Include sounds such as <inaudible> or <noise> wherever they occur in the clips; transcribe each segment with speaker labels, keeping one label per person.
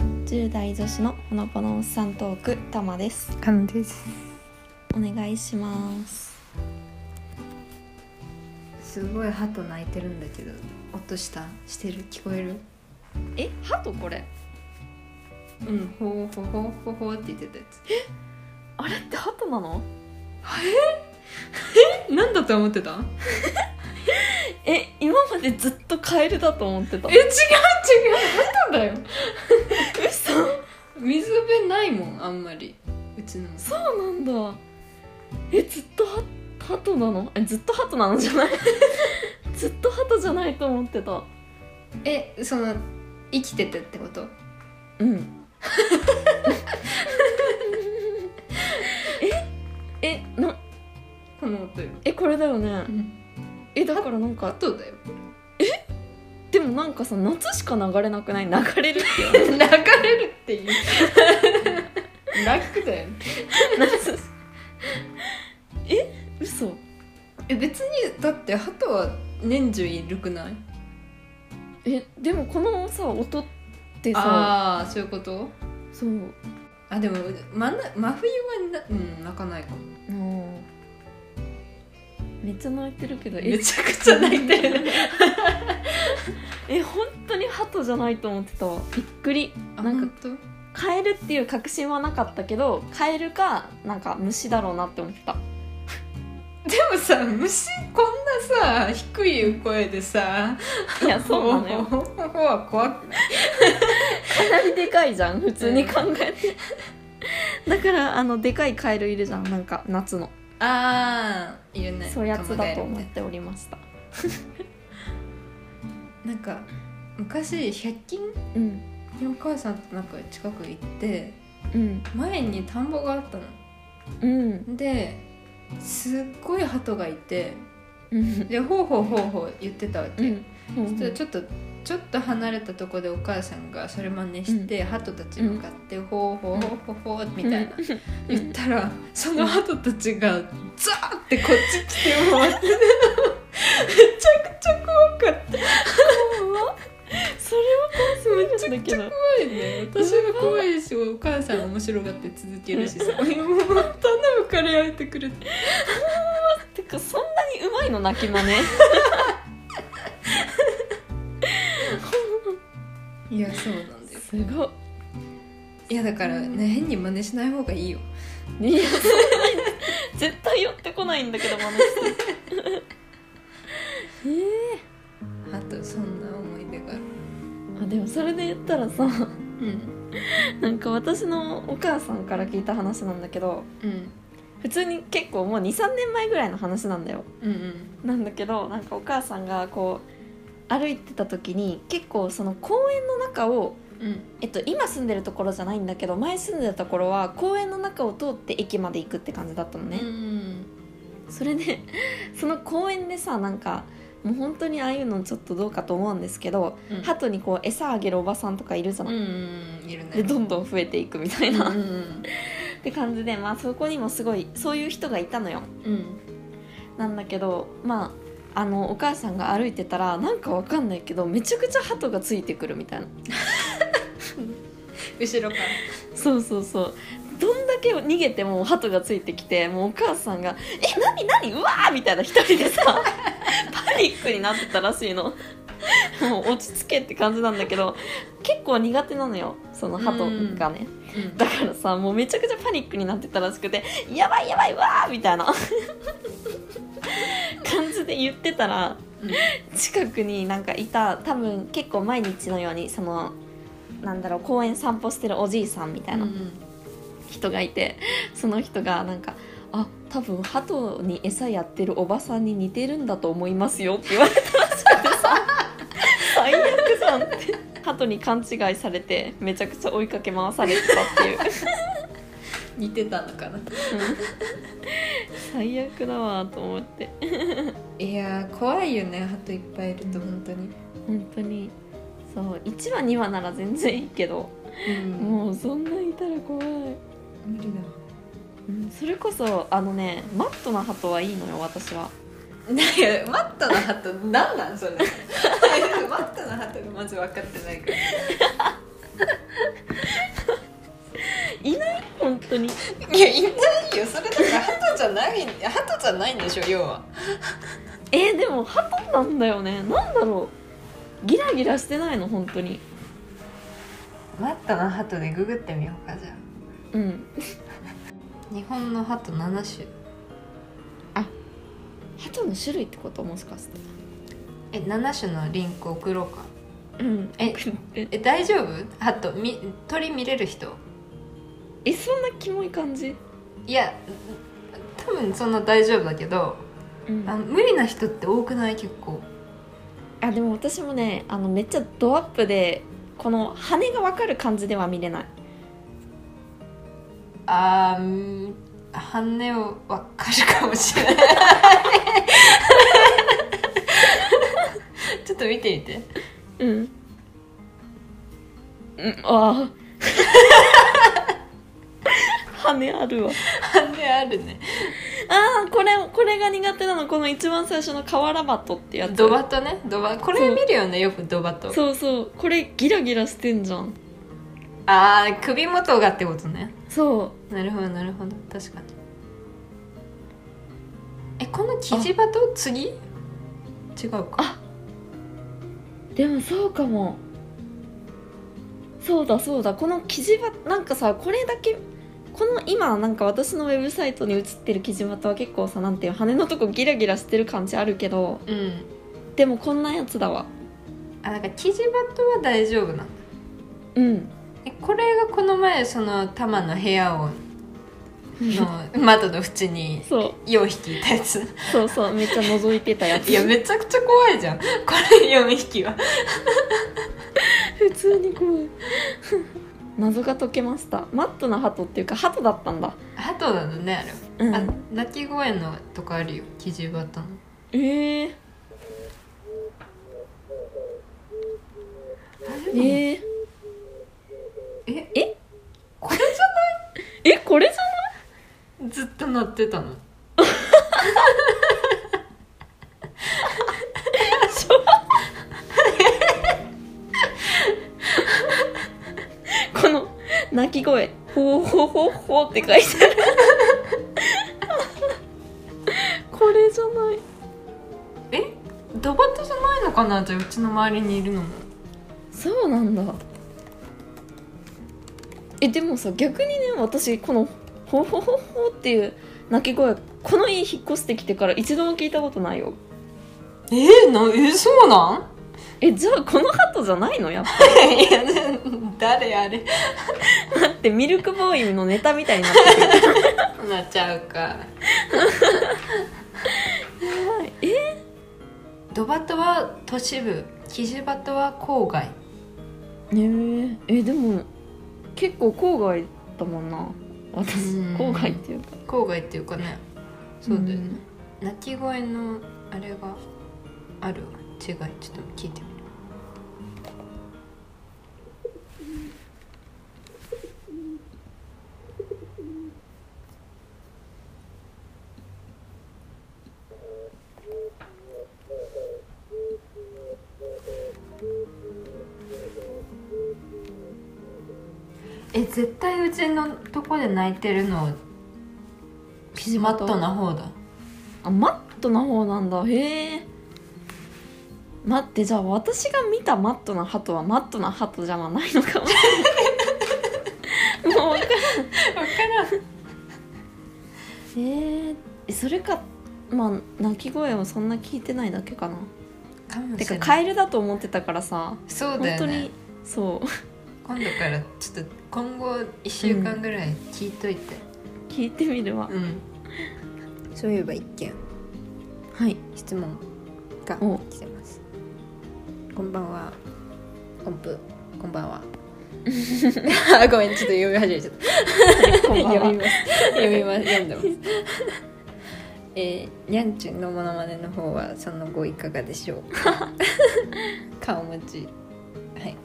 Speaker 1: 10代女子のほのぼのおっさんトークたまです
Speaker 2: かのです
Speaker 1: お願いします
Speaker 2: すごい鳩鳴いてるんだけど音したしてる聞こえる
Speaker 1: え鳩これ
Speaker 2: うんほうほうほうほうほうって言ってたやつ
Speaker 1: あれって鳩なの
Speaker 2: えなんだと思ってた
Speaker 1: え今までずっとカエルだと思ってた
Speaker 2: え違う違う鳩だよ
Speaker 1: 嘘
Speaker 2: 水辺ないもんあんまりうちの
Speaker 1: そうなんだえずっとは鳩なのえずっと鳩なのじゃ <laughs> ないずっと鳩じゃないと思ってた
Speaker 2: えその生きててってこと
Speaker 1: うん <laughs> ええな
Speaker 2: この音よ、
Speaker 1: えこれだよね
Speaker 2: うん、
Speaker 1: えだからなんか
Speaker 2: 鳩だよ
Speaker 1: でもなんかさ夏しか流れなくない流れるっていう
Speaker 2: 流れるって <laughs> いう楽だよ
Speaker 1: 夏 <laughs> え嘘
Speaker 2: え別にだって鳩は年中いるくない
Speaker 1: えでもこのさ音ってさ
Speaker 2: ああそういうこと
Speaker 1: そう
Speaker 2: あでも真な真冬はなうん泣かないかも
Speaker 1: うんめっちゃ泣いてるけどえ
Speaker 2: めちゃくちゃ泣
Speaker 1: <laughs>
Speaker 2: いてる
Speaker 1: え本当に鳩じゃないと思ってたわびっくり
Speaker 2: あ
Speaker 1: なんか
Speaker 2: 本当
Speaker 1: カエルっていう確信はなかったけどカエルかなんか虫だろうなって思って <laughs> た
Speaker 2: でもさ虫こんなさ低い声でさ
Speaker 1: いやそうなの <laughs> よ
Speaker 2: ほほほほは怖くない
Speaker 1: かなりでかいじゃん普通に考えて、 <laughs> だからあのでかいカエルいるじゃんなんか夏の
Speaker 2: ああいるね
Speaker 1: そういうやつだと思っ
Speaker 2: ね
Speaker 1: ておりました
Speaker 2: なんか昔100均
Speaker 1: うん
Speaker 2: にお母さんとなんか近く行って
Speaker 1: うん
Speaker 2: 前に田んぼがあった
Speaker 1: うん
Speaker 2: のですっごい鳩がいて
Speaker 1: うん
Speaker 2: でほうほうほうほう言ってたわけ、
Speaker 1: うんうん
Speaker 2: ちょちょっとちょっと離れたとこでお母さんがそれ真似して、鳩たち向かって「ほうほうほうほうほう」みたいな、言ったらその鳩たちがザーってこっち来て回ってるのめちゃくちゃ怖かった
Speaker 1: それは怖すぎるんだけど
Speaker 2: 怖いね私が怖いしお母さん面白がって続けるしさもう頼むからやめてくれて
Speaker 1: てかそんなにうまいの泣き真似
Speaker 2: いやそうなんだよ
Speaker 1: すごっ
Speaker 2: いやだからね変に真似しない方がいいよ
Speaker 1: いやそんな絶対寄ってこないんだけど真似してえ
Speaker 2: 鳩そんな思い出がある
Speaker 1: ーあでもそれで言ったらさ
Speaker 2: うん
Speaker 1: なんか私のお母さんから聞いた話なんだけど
Speaker 2: うん
Speaker 1: 普通に結構もう23年前ぐらいの話なんだよ
Speaker 2: うんうん
Speaker 1: なんだけどなんかお母さんがこう歩いてた時に結構その公園の中を、
Speaker 2: うん
Speaker 1: えっと、今住んでるところじゃないんだけど前住んでたところは公園の中を通って駅まで行くって感じだったのね、
Speaker 2: うん
Speaker 1: それで <laughs> その公園でさなんかもう本当にああいうのちょっとどうかと思うんですけど、
Speaker 2: うん
Speaker 1: 鳩にこう餌あげるおばさんとかいるじゃない、
Speaker 2: うんいるね
Speaker 1: でどんどん増えていくみたいな、っ
Speaker 2: うん
Speaker 1: て感じでまあそこにもすごいそういう人がいたのよ
Speaker 2: うん
Speaker 1: なんだけどまああのお母さんが歩いてたらなんかわかんないけどめちゃくちゃ鳩がついてくるみたいな
Speaker 2: 後ろか
Speaker 1: そうそうそうどんだけ逃げても鳩がついてきてもうお母さんが「え何何うわー!」みたいな一人でさ <laughs> パニックになってたらしいのもう落ち着けって感じなんだけど結構苦手なのよその鳩がね
Speaker 2: ら、うん
Speaker 1: だからさもうめちゃくちゃパニックになってたらしくて「やばいやばいわー!」みたいな <laughs> 感じで言ってたら近くになんかいた多分結構毎日のようにそのなんだろう公園散歩してるおじいさんみたいな人がいて、その人がなんか「あ多分鳩に餌やってるおばさんに似てるんだと思いますよ」って言われたらしくてさ最悪じゃんって鳩に勘違いされてめちゃくちゃ追いかけ回されてたっていう
Speaker 2: 似てたのかな
Speaker 1: 最悪だわと思って
Speaker 2: いやー怖いよね鳩いっぱいいると本当に、
Speaker 1: 本当にそう1話2話なら全然いいけど
Speaker 2: も
Speaker 1: もうそんなんいたら怖い。
Speaker 2: う無理だ
Speaker 1: うんそれこそあのねマットな鳩はいいのよ私は
Speaker 2: なんかマットの鳩なんなん <laughs> それマットの鳩がまず分かってないから
Speaker 1: 当に
Speaker 2: いやいないよそれだからハトじゃないハトじゃないんでしょ要は
Speaker 1: えーでもハトなんだよねなんだろうギラギラしてないの本当に
Speaker 2: 待ったなハトでググってみようかじゃ
Speaker 1: うん
Speaker 2: あ日本のハト7種
Speaker 1: ハトの種類ってこともしかして
Speaker 2: え7種のリンク送ろうか
Speaker 1: うん
Speaker 2: え
Speaker 1: え
Speaker 2: え大丈夫ハトみ鳥見れる人
Speaker 1: えそんなキモい感じ
Speaker 2: いや多分そんな大丈夫だけど
Speaker 1: うん
Speaker 2: あの無理な人って多くない結構
Speaker 1: あでも私もねあのめっちゃドアップでこの羽が分かる感じでは見れない
Speaker 2: あーうん半値を分かるかもしれない <laughs> ちょっと見てみて
Speaker 1: うんうんああ <laughs> 羽あるわ
Speaker 2: 半値あるね
Speaker 1: ああこれこれが苦手なのこの一番最初の瓦バトってやつ
Speaker 2: ドバとねドバこれ見るよねよくドバと
Speaker 1: そうそうこれギラギラしてんじゃん
Speaker 2: ああ首元がってことね
Speaker 1: そ
Speaker 2: なるほどなるほど確かにえこのキジバト次違うか
Speaker 1: うでもそうかもそうだそうだこのキジバなんかさこれだけこの今なんか私のウェブサイトに映ってるキジバタは結構さなんていう羽のとこギラギラしてる感じあるけど
Speaker 2: うん
Speaker 1: でもこんなやつだわ
Speaker 2: あなんかキジバトは大丈夫なんだ
Speaker 1: うん
Speaker 2: えこれがこの前そのタマの部屋をの <laughs> 窓の縁に
Speaker 1: そう
Speaker 2: 4匹いたやつ
Speaker 1: そうそうめっちゃ覗いてたやつ
Speaker 2: いやめちゃくちゃ怖いじゃんこれ4匹は
Speaker 1: 普通に怖い謎が解けましたマットな鳩っていうか鳩だったんだ
Speaker 2: ハトなのねあれ
Speaker 1: う
Speaker 2: あ
Speaker 1: ん
Speaker 2: 鳴き声のとかあるよキジバトの
Speaker 1: えー、
Speaker 2: あでも
Speaker 1: えー、
Speaker 2: え
Speaker 1: え
Speaker 2: これじゃ
Speaker 1: えこれじゃ
Speaker 2: ないずっと鳴ってたの
Speaker 1: この鳴き声「ほうほうほうほう」って書いてあるこれじゃない
Speaker 2: えドバトじゃないのかなじゃあうちの周りにいるのも
Speaker 1: そうなんだえでもさ逆にね私この「ほうほうほうほう」っていう鳴き声この家引っ越してきてから一度も聞いたことないよ
Speaker 2: えー、なえそうなん <laughs>
Speaker 1: えじゃあこの鳩じゃないのやっぱ
Speaker 2: いやね誰あれ
Speaker 1: だってミルクボーイのネタみたいになってる
Speaker 2: なっちゃうか
Speaker 1: え
Speaker 2: ドバトは都市部キジバトは郊外
Speaker 1: ねええでも結構郊外だもんな私
Speaker 2: うん
Speaker 1: 郊外っていうか
Speaker 2: 郊外っていうかねそうだよね
Speaker 1: ん
Speaker 2: 鳴き声のあれがあるわ違いちょっと聞いてみるえ絶対うちのとこで泣いてるのピジマットな方だ
Speaker 1: あマットな方なんだへえ待ってじゃあ私が見たマットなハトはマットなハトじゃないのかもしれないもう <laughs> 分からん
Speaker 2: 分からん
Speaker 1: えー、それかまあ鳴き声をそんな聞いてないだけかな
Speaker 2: かも
Speaker 1: て
Speaker 2: しれ
Speaker 1: か
Speaker 2: な
Speaker 1: カ
Speaker 2: い
Speaker 1: エルだと思ってたからさ、
Speaker 2: そうだ
Speaker 1: 本
Speaker 2: よ
Speaker 1: 当
Speaker 2: ね
Speaker 1: にそう
Speaker 2: 今度からちょっと今後1週間ぐらい聞いといて
Speaker 1: 聞いてみるわ
Speaker 2: うん、そういえば一件
Speaker 1: はい
Speaker 2: 質問が
Speaker 1: お
Speaker 2: 来てますこんばんは音符こんばんは <laughs> あごめんちょっと読み始めちゃった
Speaker 1: こんばんは
Speaker 2: <laughs> 読みます読みます <laughs> 読んでますえー、にゃんちゅんのモノマネの方はその後いかがでしょうか <laughs> 顔文字はい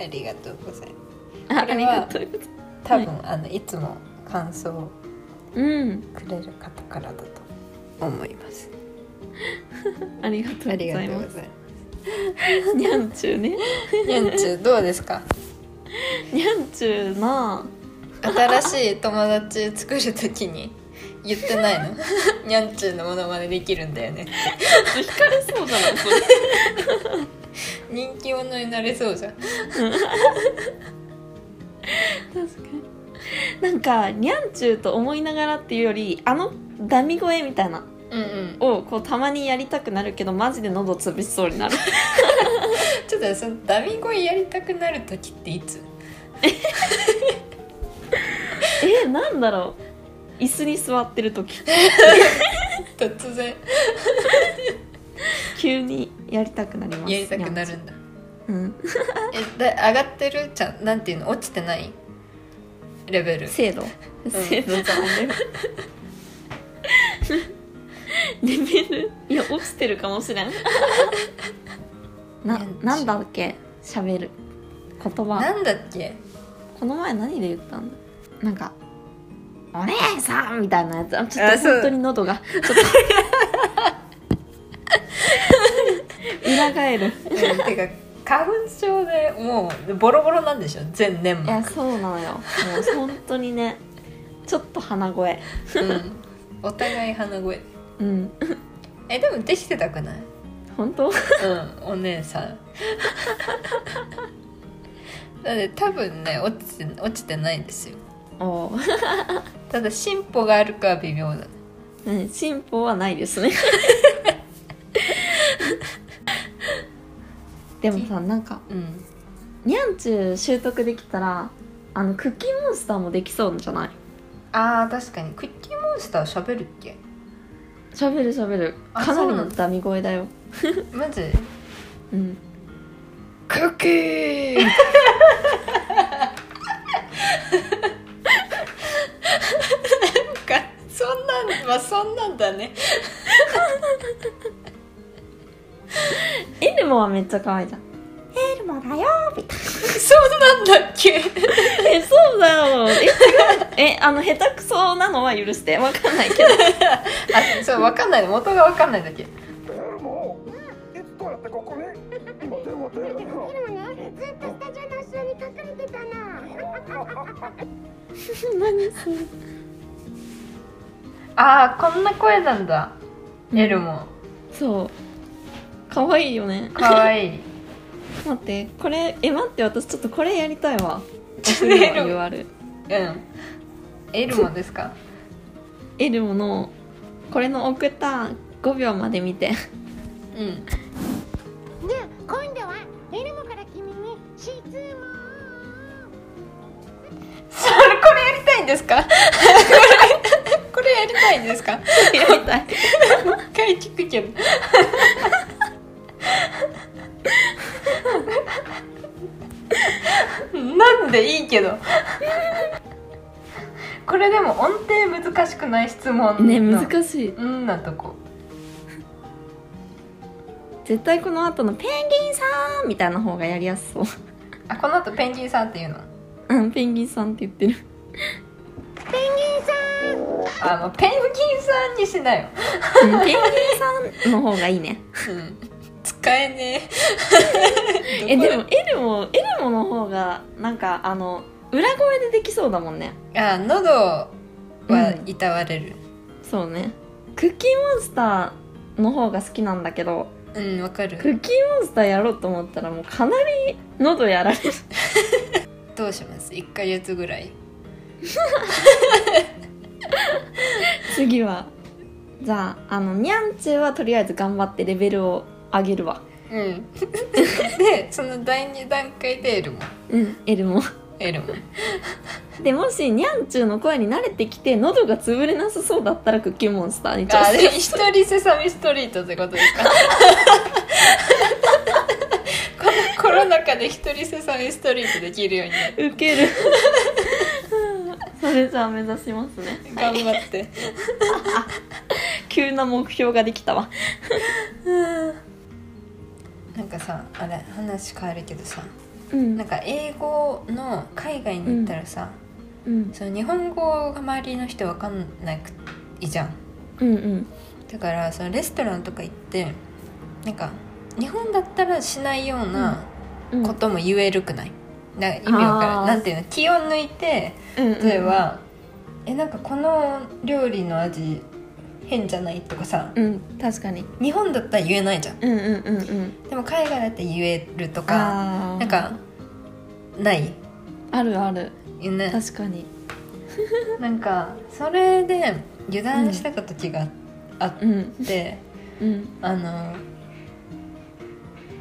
Speaker 2: ありがとうございます
Speaker 1: あ
Speaker 2: こ
Speaker 1: あ
Speaker 2: れ
Speaker 1: り
Speaker 2: は
Speaker 1: がとう
Speaker 2: 多分、あのいつも感想を
Speaker 1: うん
Speaker 2: くれる方からだと思います
Speaker 1: ありがとう
Speaker 2: あ
Speaker 1: ご
Speaker 2: りが
Speaker 1: ざ
Speaker 2: と
Speaker 1: いう
Speaker 2: ご
Speaker 1: ま
Speaker 2: ざいます
Speaker 1: にゃんちゅうね
Speaker 2: すにゃんちゅうどうですか
Speaker 1: にゃんちゅうな
Speaker 2: 新しい友達作るときに言ってない <laughs> のにゃんちゅうのものまねできるんだよね
Speaker 1: <laughs> 惹かれそうじゃないそれ
Speaker 2: 人気者になれそうじゃん
Speaker 1: 確かになんかにゃんちゅうと思いながらっていうよりあのダミ声みたいな
Speaker 2: うんうん
Speaker 1: をこうたまにやりたくなるけどマジで喉潰しそうに <laughs> なる
Speaker 2: ちょっとそのダミ声やりたくなるときっていつ
Speaker 1: えなんだろう椅子に座ってる時
Speaker 2: 突然
Speaker 1: 急にやりたくなります
Speaker 2: やりたくなるんだ
Speaker 1: うん
Speaker 2: えだ上がってるちゃんなんていうの落ちてないレベル
Speaker 1: 精度精度じゃないレベルいや落ちてるかもしれんななんだっけ喋る言葉
Speaker 2: なんだっけ
Speaker 1: この前何で言ったんだなんか「お姉さん!」みたいなやつあちょっ
Speaker 2: あ
Speaker 1: と
Speaker 2: そう
Speaker 1: 本当に喉がちょっ <laughs> と裏返る
Speaker 2: うんてか花粉症でもうボロボロなんでしょ全
Speaker 1: い
Speaker 2: 年も
Speaker 1: やそうなのよもう本当にねちょっと鼻声
Speaker 2: うんお互い鼻声
Speaker 1: うん
Speaker 2: えでもできてたくない
Speaker 1: 本当
Speaker 2: うんお姉さんだって多分ね落ちて落ちてないんですよ
Speaker 1: おー
Speaker 2: ただ進歩があるかは微妙だね
Speaker 1: うん進歩はないですね <laughs> でもさなんか
Speaker 2: うん
Speaker 1: にゃんちゅう習得できたらあのクッキーモンスターもできそうじゃない
Speaker 2: あー確かにクッキーモンスター喋るっけ
Speaker 1: しゃべるしゃべる
Speaker 2: あ
Speaker 1: かなり
Speaker 2: そう
Speaker 1: の
Speaker 2: なん
Speaker 1: ダミ声だよ
Speaker 2: マジ
Speaker 1: うん
Speaker 2: クッキーなんかそんなんまあそんなんだね
Speaker 1: エルモはめっちゃ可愛いじゃんエルモだよみたい
Speaker 2: そんなんだっけ
Speaker 1: な <laughs> えそうだよえ違うえあの下手くそなのは許してわかんないけど
Speaker 2: あそうわかんない元がわかんないだけ
Speaker 3: でもいつからってここに待て待て
Speaker 4: ずっとスタジオの後ろに隠れてたな。
Speaker 1: <laughs> 何それ
Speaker 2: ああこんな声なんだエルも
Speaker 1: そう可愛いよね
Speaker 2: か
Speaker 4: <laughs>
Speaker 2: わいい
Speaker 1: 待ってこれえ待って私ちょっとこれやりたいわ
Speaker 2: エルモ
Speaker 1: UR
Speaker 2: うんエルもですか
Speaker 1: エルモのこれの送った5秒まで見て <laughs>
Speaker 2: うん
Speaker 4: じゃあ今度はエルモから君に質問。
Speaker 2: それこれやりたいんですか <laughs> これこれやりたいんですか
Speaker 1: やりたい
Speaker 2: 一回聞くけどなんでいいけどこれでも音程難しくない質問の
Speaker 1: ね難しい
Speaker 2: うんなとこ
Speaker 1: 絶対この後の「ペンギンさん!」みたいな方がやりやすそう
Speaker 2: あこの後ペンギンさんっていうの
Speaker 1: <laughs> うんペンギンさんって言ってる
Speaker 2: あのペンギンさんにしなよ、
Speaker 1: うんペンギンさんの方がいいね
Speaker 2: うん、使えねえ
Speaker 1: <laughs>
Speaker 2: <laughs>
Speaker 1: えでもエルモエルモの方がなんかあの裏声でできそうだもんね
Speaker 2: あ喉はいたわれる
Speaker 1: そうねクッキーモンスターの方が好きなんだけど
Speaker 2: うんわ、か
Speaker 1: ク
Speaker 2: る
Speaker 1: ッキーモンスターやろうと思ったらもうかなり喉やられる
Speaker 2: どうします1ヶ月ぐらい
Speaker 1: 次はじゃああのニャンチュはとりあえず頑張ってレベルを上げるわ
Speaker 2: うん <laughs> でその第2段階でエルも
Speaker 1: うんエルも
Speaker 2: エルも
Speaker 1: でもしニャンチュの声に慣れてきて喉が潰れなさそうだったらクッキーモンスターに挑
Speaker 2: あ
Speaker 1: 戦
Speaker 2: で一人セサミストリートってことですか <laughs> このコロナ禍で一人セサミストリートできるようになる
Speaker 1: ウケるそれじゃあ目指しますね
Speaker 2: 頑張って
Speaker 1: 急な目標ができたわ
Speaker 2: なんかさあれ話変わるけどさ
Speaker 1: うん
Speaker 2: なんか英語の海外に行ったらさ、
Speaker 1: うん
Speaker 2: その日本語が周りの人わかんないくいじゃん
Speaker 1: うんうん
Speaker 2: だからそのレストランとか行ってなんか日本だったらしないような
Speaker 1: うん
Speaker 2: ことも言えるくない、な意味わから
Speaker 1: あー
Speaker 2: んなんていうの気を抜いて
Speaker 1: うんうん
Speaker 2: 例えば、えなんかこの料理の味変じゃないとかさ
Speaker 1: うん確かに
Speaker 2: 日本だったら言えないじゃん
Speaker 1: うんうんうんうん
Speaker 2: でも海外だって言えるとか
Speaker 1: あー
Speaker 2: なんかない
Speaker 1: あるある
Speaker 2: よね
Speaker 1: 確かに
Speaker 2: なんかそれで油断してた時があっ
Speaker 1: うん
Speaker 2: て、
Speaker 1: うん
Speaker 2: あの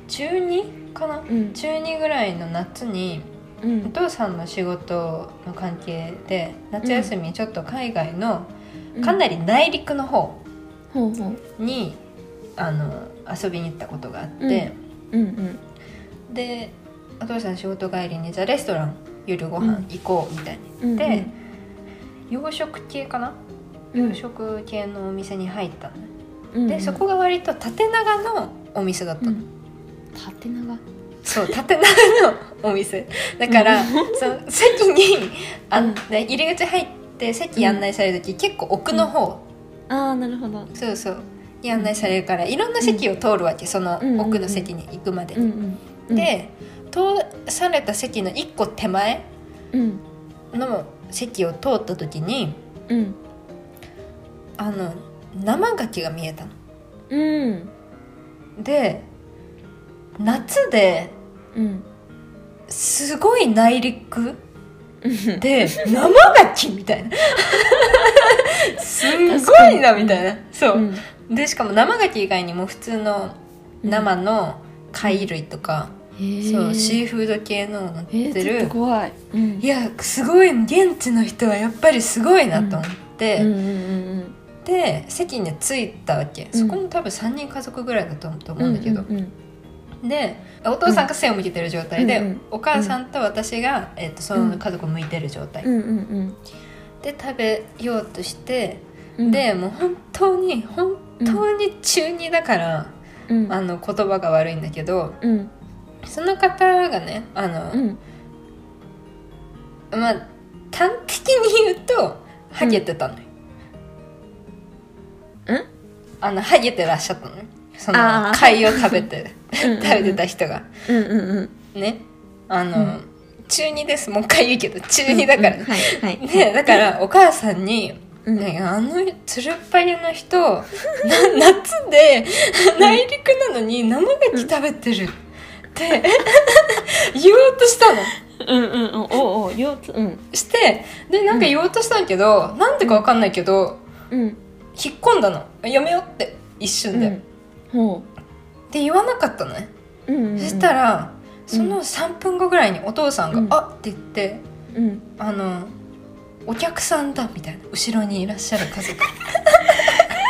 Speaker 2: 中2かな
Speaker 1: うん
Speaker 2: 中2ぐらいの夏に
Speaker 1: う
Speaker 2: お
Speaker 1: ん
Speaker 2: 父さんの仕事の関係で夏休みちょっと海外のかな
Speaker 1: り
Speaker 2: り内陸の方
Speaker 1: ほうほう
Speaker 2: にあの遊びに行ったことがあって、
Speaker 1: うん
Speaker 2: でお父さん仕事帰りにじゃあレストラン夜ご飯行こうみたいに
Speaker 1: うんうん
Speaker 2: で洋食系かな
Speaker 1: うん
Speaker 2: 洋食系のお店に入ったのね
Speaker 1: うん
Speaker 2: でそこが割と縦長のお店だった
Speaker 1: う
Speaker 2: の、
Speaker 1: ん縦長
Speaker 2: そう縦長の <laughs> お店だから、
Speaker 1: うん
Speaker 2: その席にあ、
Speaker 1: うん
Speaker 2: で入り口入って席案内される時、結構奥の方、
Speaker 1: ああなるほど
Speaker 2: そうそうに案内されるからいろんな席を通るわけ、その奥の席に行くまで、
Speaker 1: うんうん
Speaker 2: で通された席の1個手前
Speaker 1: うん
Speaker 2: の席を通った時に
Speaker 1: うん
Speaker 2: あの生牡蠣が見えたの。
Speaker 1: うん
Speaker 2: で夏で
Speaker 1: うん
Speaker 2: すごい内陸
Speaker 1: うん <laughs>
Speaker 2: で生牡蠣みたいなすんごいなみたいなそうでしかも生牡蠣以外にも普通の生の貝類とか、そうシーフード系の乗っ
Speaker 1: えー、
Speaker 2: て
Speaker 1: ちょっ
Speaker 2: る
Speaker 1: と怖い。うん
Speaker 2: いやすごい現地の人はやっぱりすごいなと思って、
Speaker 1: うんうん
Speaker 2: で席に着いたわけ
Speaker 1: うん
Speaker 2: そこも多分3人家族ぐらいだと思
Speaker 1: う
Speaker 2: うんんだけど、
Speaker 1: うんうん
Speaker 2: でお父さんが背を向けてる状態で、
Speaker 1: うんうん
Speaker 2: お母さんと私が、えっとその家族を向いてる状態、
Speaker 1: うんうん
Speaker 2: で食べようとして、
Speaker 1: うん。
Speaker 2: でもう本当に本当に中二だから、
Speaker 1: うん、
Speaker 2: あの言葉が悪いんだけど
Speaker 1: うん
Speaker 2: その方がねあ
Speaker 1: う
Speaker 2: の、
Speaker 1: ん
Speaker 2: まあ端的に言うとハゲてたのよ、
Speaker 1: うん
Speaker 2: あのハゲてらっしゃったのよそ
Speaker 1: あ
Speaker 2: の
Speaker 1: ー
Speaker 2: 貝を食べて
Speaker 1: 食
Speaker 2: <laughs> 食べてた人が。
Speaker 1: うんうんうん
Speaker 2: ねあの、
Speaker 1: うん
Speaker 2: 中二ですもう一回言うけど中二だから、
Speaker 1: うんうんはいはい
Speaker 2: ねだからお母さんに「
Speaker 1: うん
Speaker 2: ね、あのつるっぱげの人な <laughs> 夏で内陸なのに生牡蠣食べてる」って <laughs> 言おうとしたの。
Speaker 1: うんうんうんおうおう腰痛うん
Speaker 2: してでなんか言おうとしたんだけど、なんでかわかんないけど
Speaker 1: うん
Speaker 2: 引っ込んだの「やめよ」うって一
Speaker 1: う
Speaker 2: 瞬で、っ
Speaker 1: んほ
Speaker 2: て言わなかったのね、
Speaker 1: ううんうんうん
Speaker 2: そしたらその3分後ぐらいにお父さんが「
Speaker 1: うん
Speaker 2: あっ」て言って
Speaker 1: うん
Speaker 2: あのお客さんだみたいな後ろにいらっしゃる家族怖い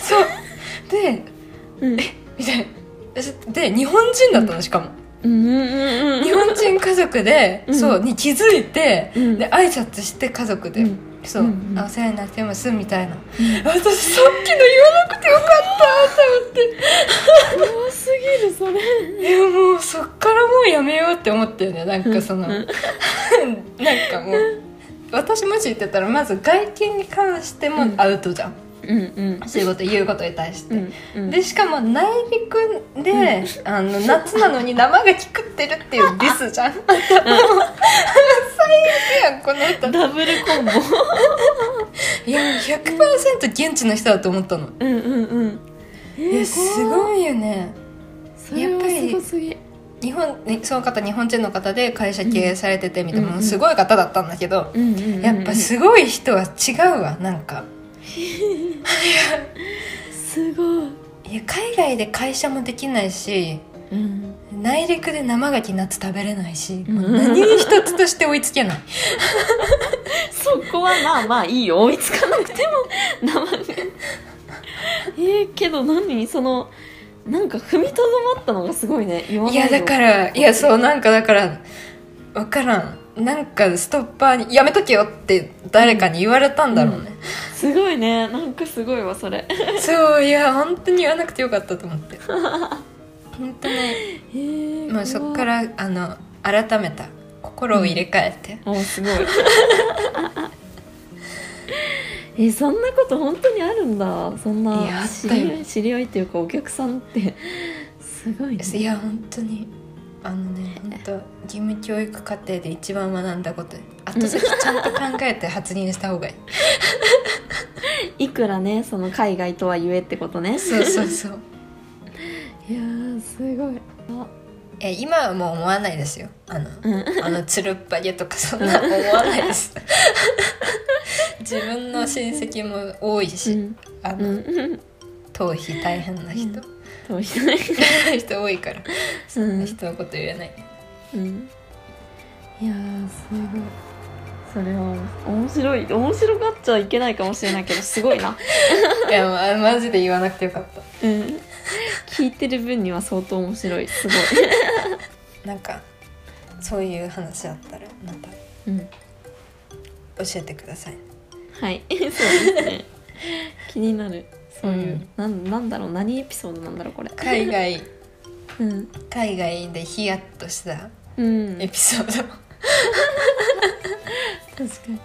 Speaker 2: そうそうで
Speaker 1: うん
Speaker 2: みたいなで日本人だったのしかも、
Speaker 1: うんうんうん
Speaker 2: 日本人家族で、
Speaker 1: うん
Speaker 2: そうに気づいて、
Speaker 1: うん
Speaker 2: で挨拶して家族で、
Speaker 1: うん
Speaker 2: そう、
Speaker 1: うんうん
Speaker 2: あお世話になってますみたいな、
Speaker 1: ん
Speaker 2: 私さっきの言わなくてよかった
Speaker 1: <laughs>
Speaker 2: と思って
Speaker 1: 怖すぎるそれ
Speaker 2: いやもうそっからもうやめようって思ったよねなんかその、
Speaker 1: うん
Speaker 2: <laughs> なんかもう私もし言ってたらまず外見に関してもアウトじゃ
Speaker 1: う
Speaker 2: ん、
Speaker 1: んうん
Speaker 2: そういうこと言うことに対して、
Speaker 1: うんうん
Speaker 2: でしかも内陸で、あの夏なのに生がき食ってるっていうディ
Speaker 1: <laughs>
Speaker 2: スじゃん <laughs> 最悪やんこの人
Speaker 1: ダブルコンボ
Speaker 2: いやもう100%現地の人だと思ったの、
Speaker 1: うんうんうんえ
Speaker 2: いや
Speaker 1: ー
Speaker 2: す
Speaker 1: 怖
Speaker 2: ごいよね
Speaker 1: それはすごすぎ
Speaker 2: 日本ねその方日本人の方で会社経営されててみたいな、
Speaker 1: うん
Speaker 2: もうすごい方だったんだけど、
Speaker 1: うんうんうんうん
Speaker 2: やっぱすごい人は違うわなんか
Speaker 1: すごい
Speaker 2: いや海外で会社もできないし
Speaker 1: うん
Speaker 2: 内陸で生牡蠣夏食べれないし、
Speaker 1: うん
Speaker 2: もう何一つとして追いつけない
Speaker 1: そこはまあまあいいよ追いつかなくても名前がえー、けど何そのなんか踏みとどまったのがすごいね言わない
Speaker 2: いやだかららいやそうなんかだから分からんなんかストッパーに「やめとけよ」って誰かに言われたんだろうね、
Speaker 1: すごいねなんかすごいわそれ
Speaker 2: そういや本当に言わなくてよかったと思って
Speaker 1: <laughs>
Speaker 2: 本当に
Speaker 1: えー、
Speaker 2: もうそっかららあの改めた心を入れ替えて、
Speaker 1: おすごい <laughs> えーそんなこと本当にあるんだそんない
Speaker 2: やあった
Speaker 1: 知 <laughs>
Speaker 2: よ
Speaker 1: り合い知り合いっていうかお客さんってすごいね
Speaker 2: いや本当にあのね本当義務教育課程で一番学んだこと後先ちゃんと考 <laughs> えて発言した方がいい
Speaker 1: いくらねその海外とはゆえってことね
Speaker 2: そうそうそう
Speaker 1: <laughs>
Speaker 2: <laughs>
Speaker 1: いやーすごいあ
Speaker 2: え今はもう思わないですよあの
Speaker 1: うん
Speaker 2: あのつるっぱげとかそんな思わないです <laughs> 自分の親戚も多いうし、
Speaker 1: ん
Speaker 2: あ
Speaker 1: う
Speaker 2: の
Speaker 1: ん <laughs>
Speaker 2: 頭皮大変な人、
Speaker 1: 遠いね
Speaker 2: <laughs> 人多いからそんな人のこと言え <laughs> ない、
Speaker 1: うんいやーすごいそれは面白い面白がっちゃいけないかもしれないけどすごい
Speaker 2: <laughs>
Speaker 1: な、
Speaker 2: いやまあマジで言わなくてよかった
Speaker 1: うん、聞いてる分には相当面白いすごい、
Speaker 2: <laughs> なんかそういう話あったらまた
Speaker 1: うん、
Speaker 2: 教えてください、
Speaker 1: はい <laughs> そうですね気になるそういううんなんなんだろう何エピソードなんだろうこれ
Speaker 2: 海外
Speaker 1: <laughs> うん、
Speaker 2: 海外でヒヤッとした
Speaker 1: うん、
Speaker 2: エピソード
Speaker 1: 確かに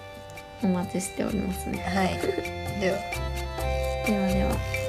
Speaker 1: お待ちしておりますね
Speaker 2: はいでは
Speaker 1: ではでは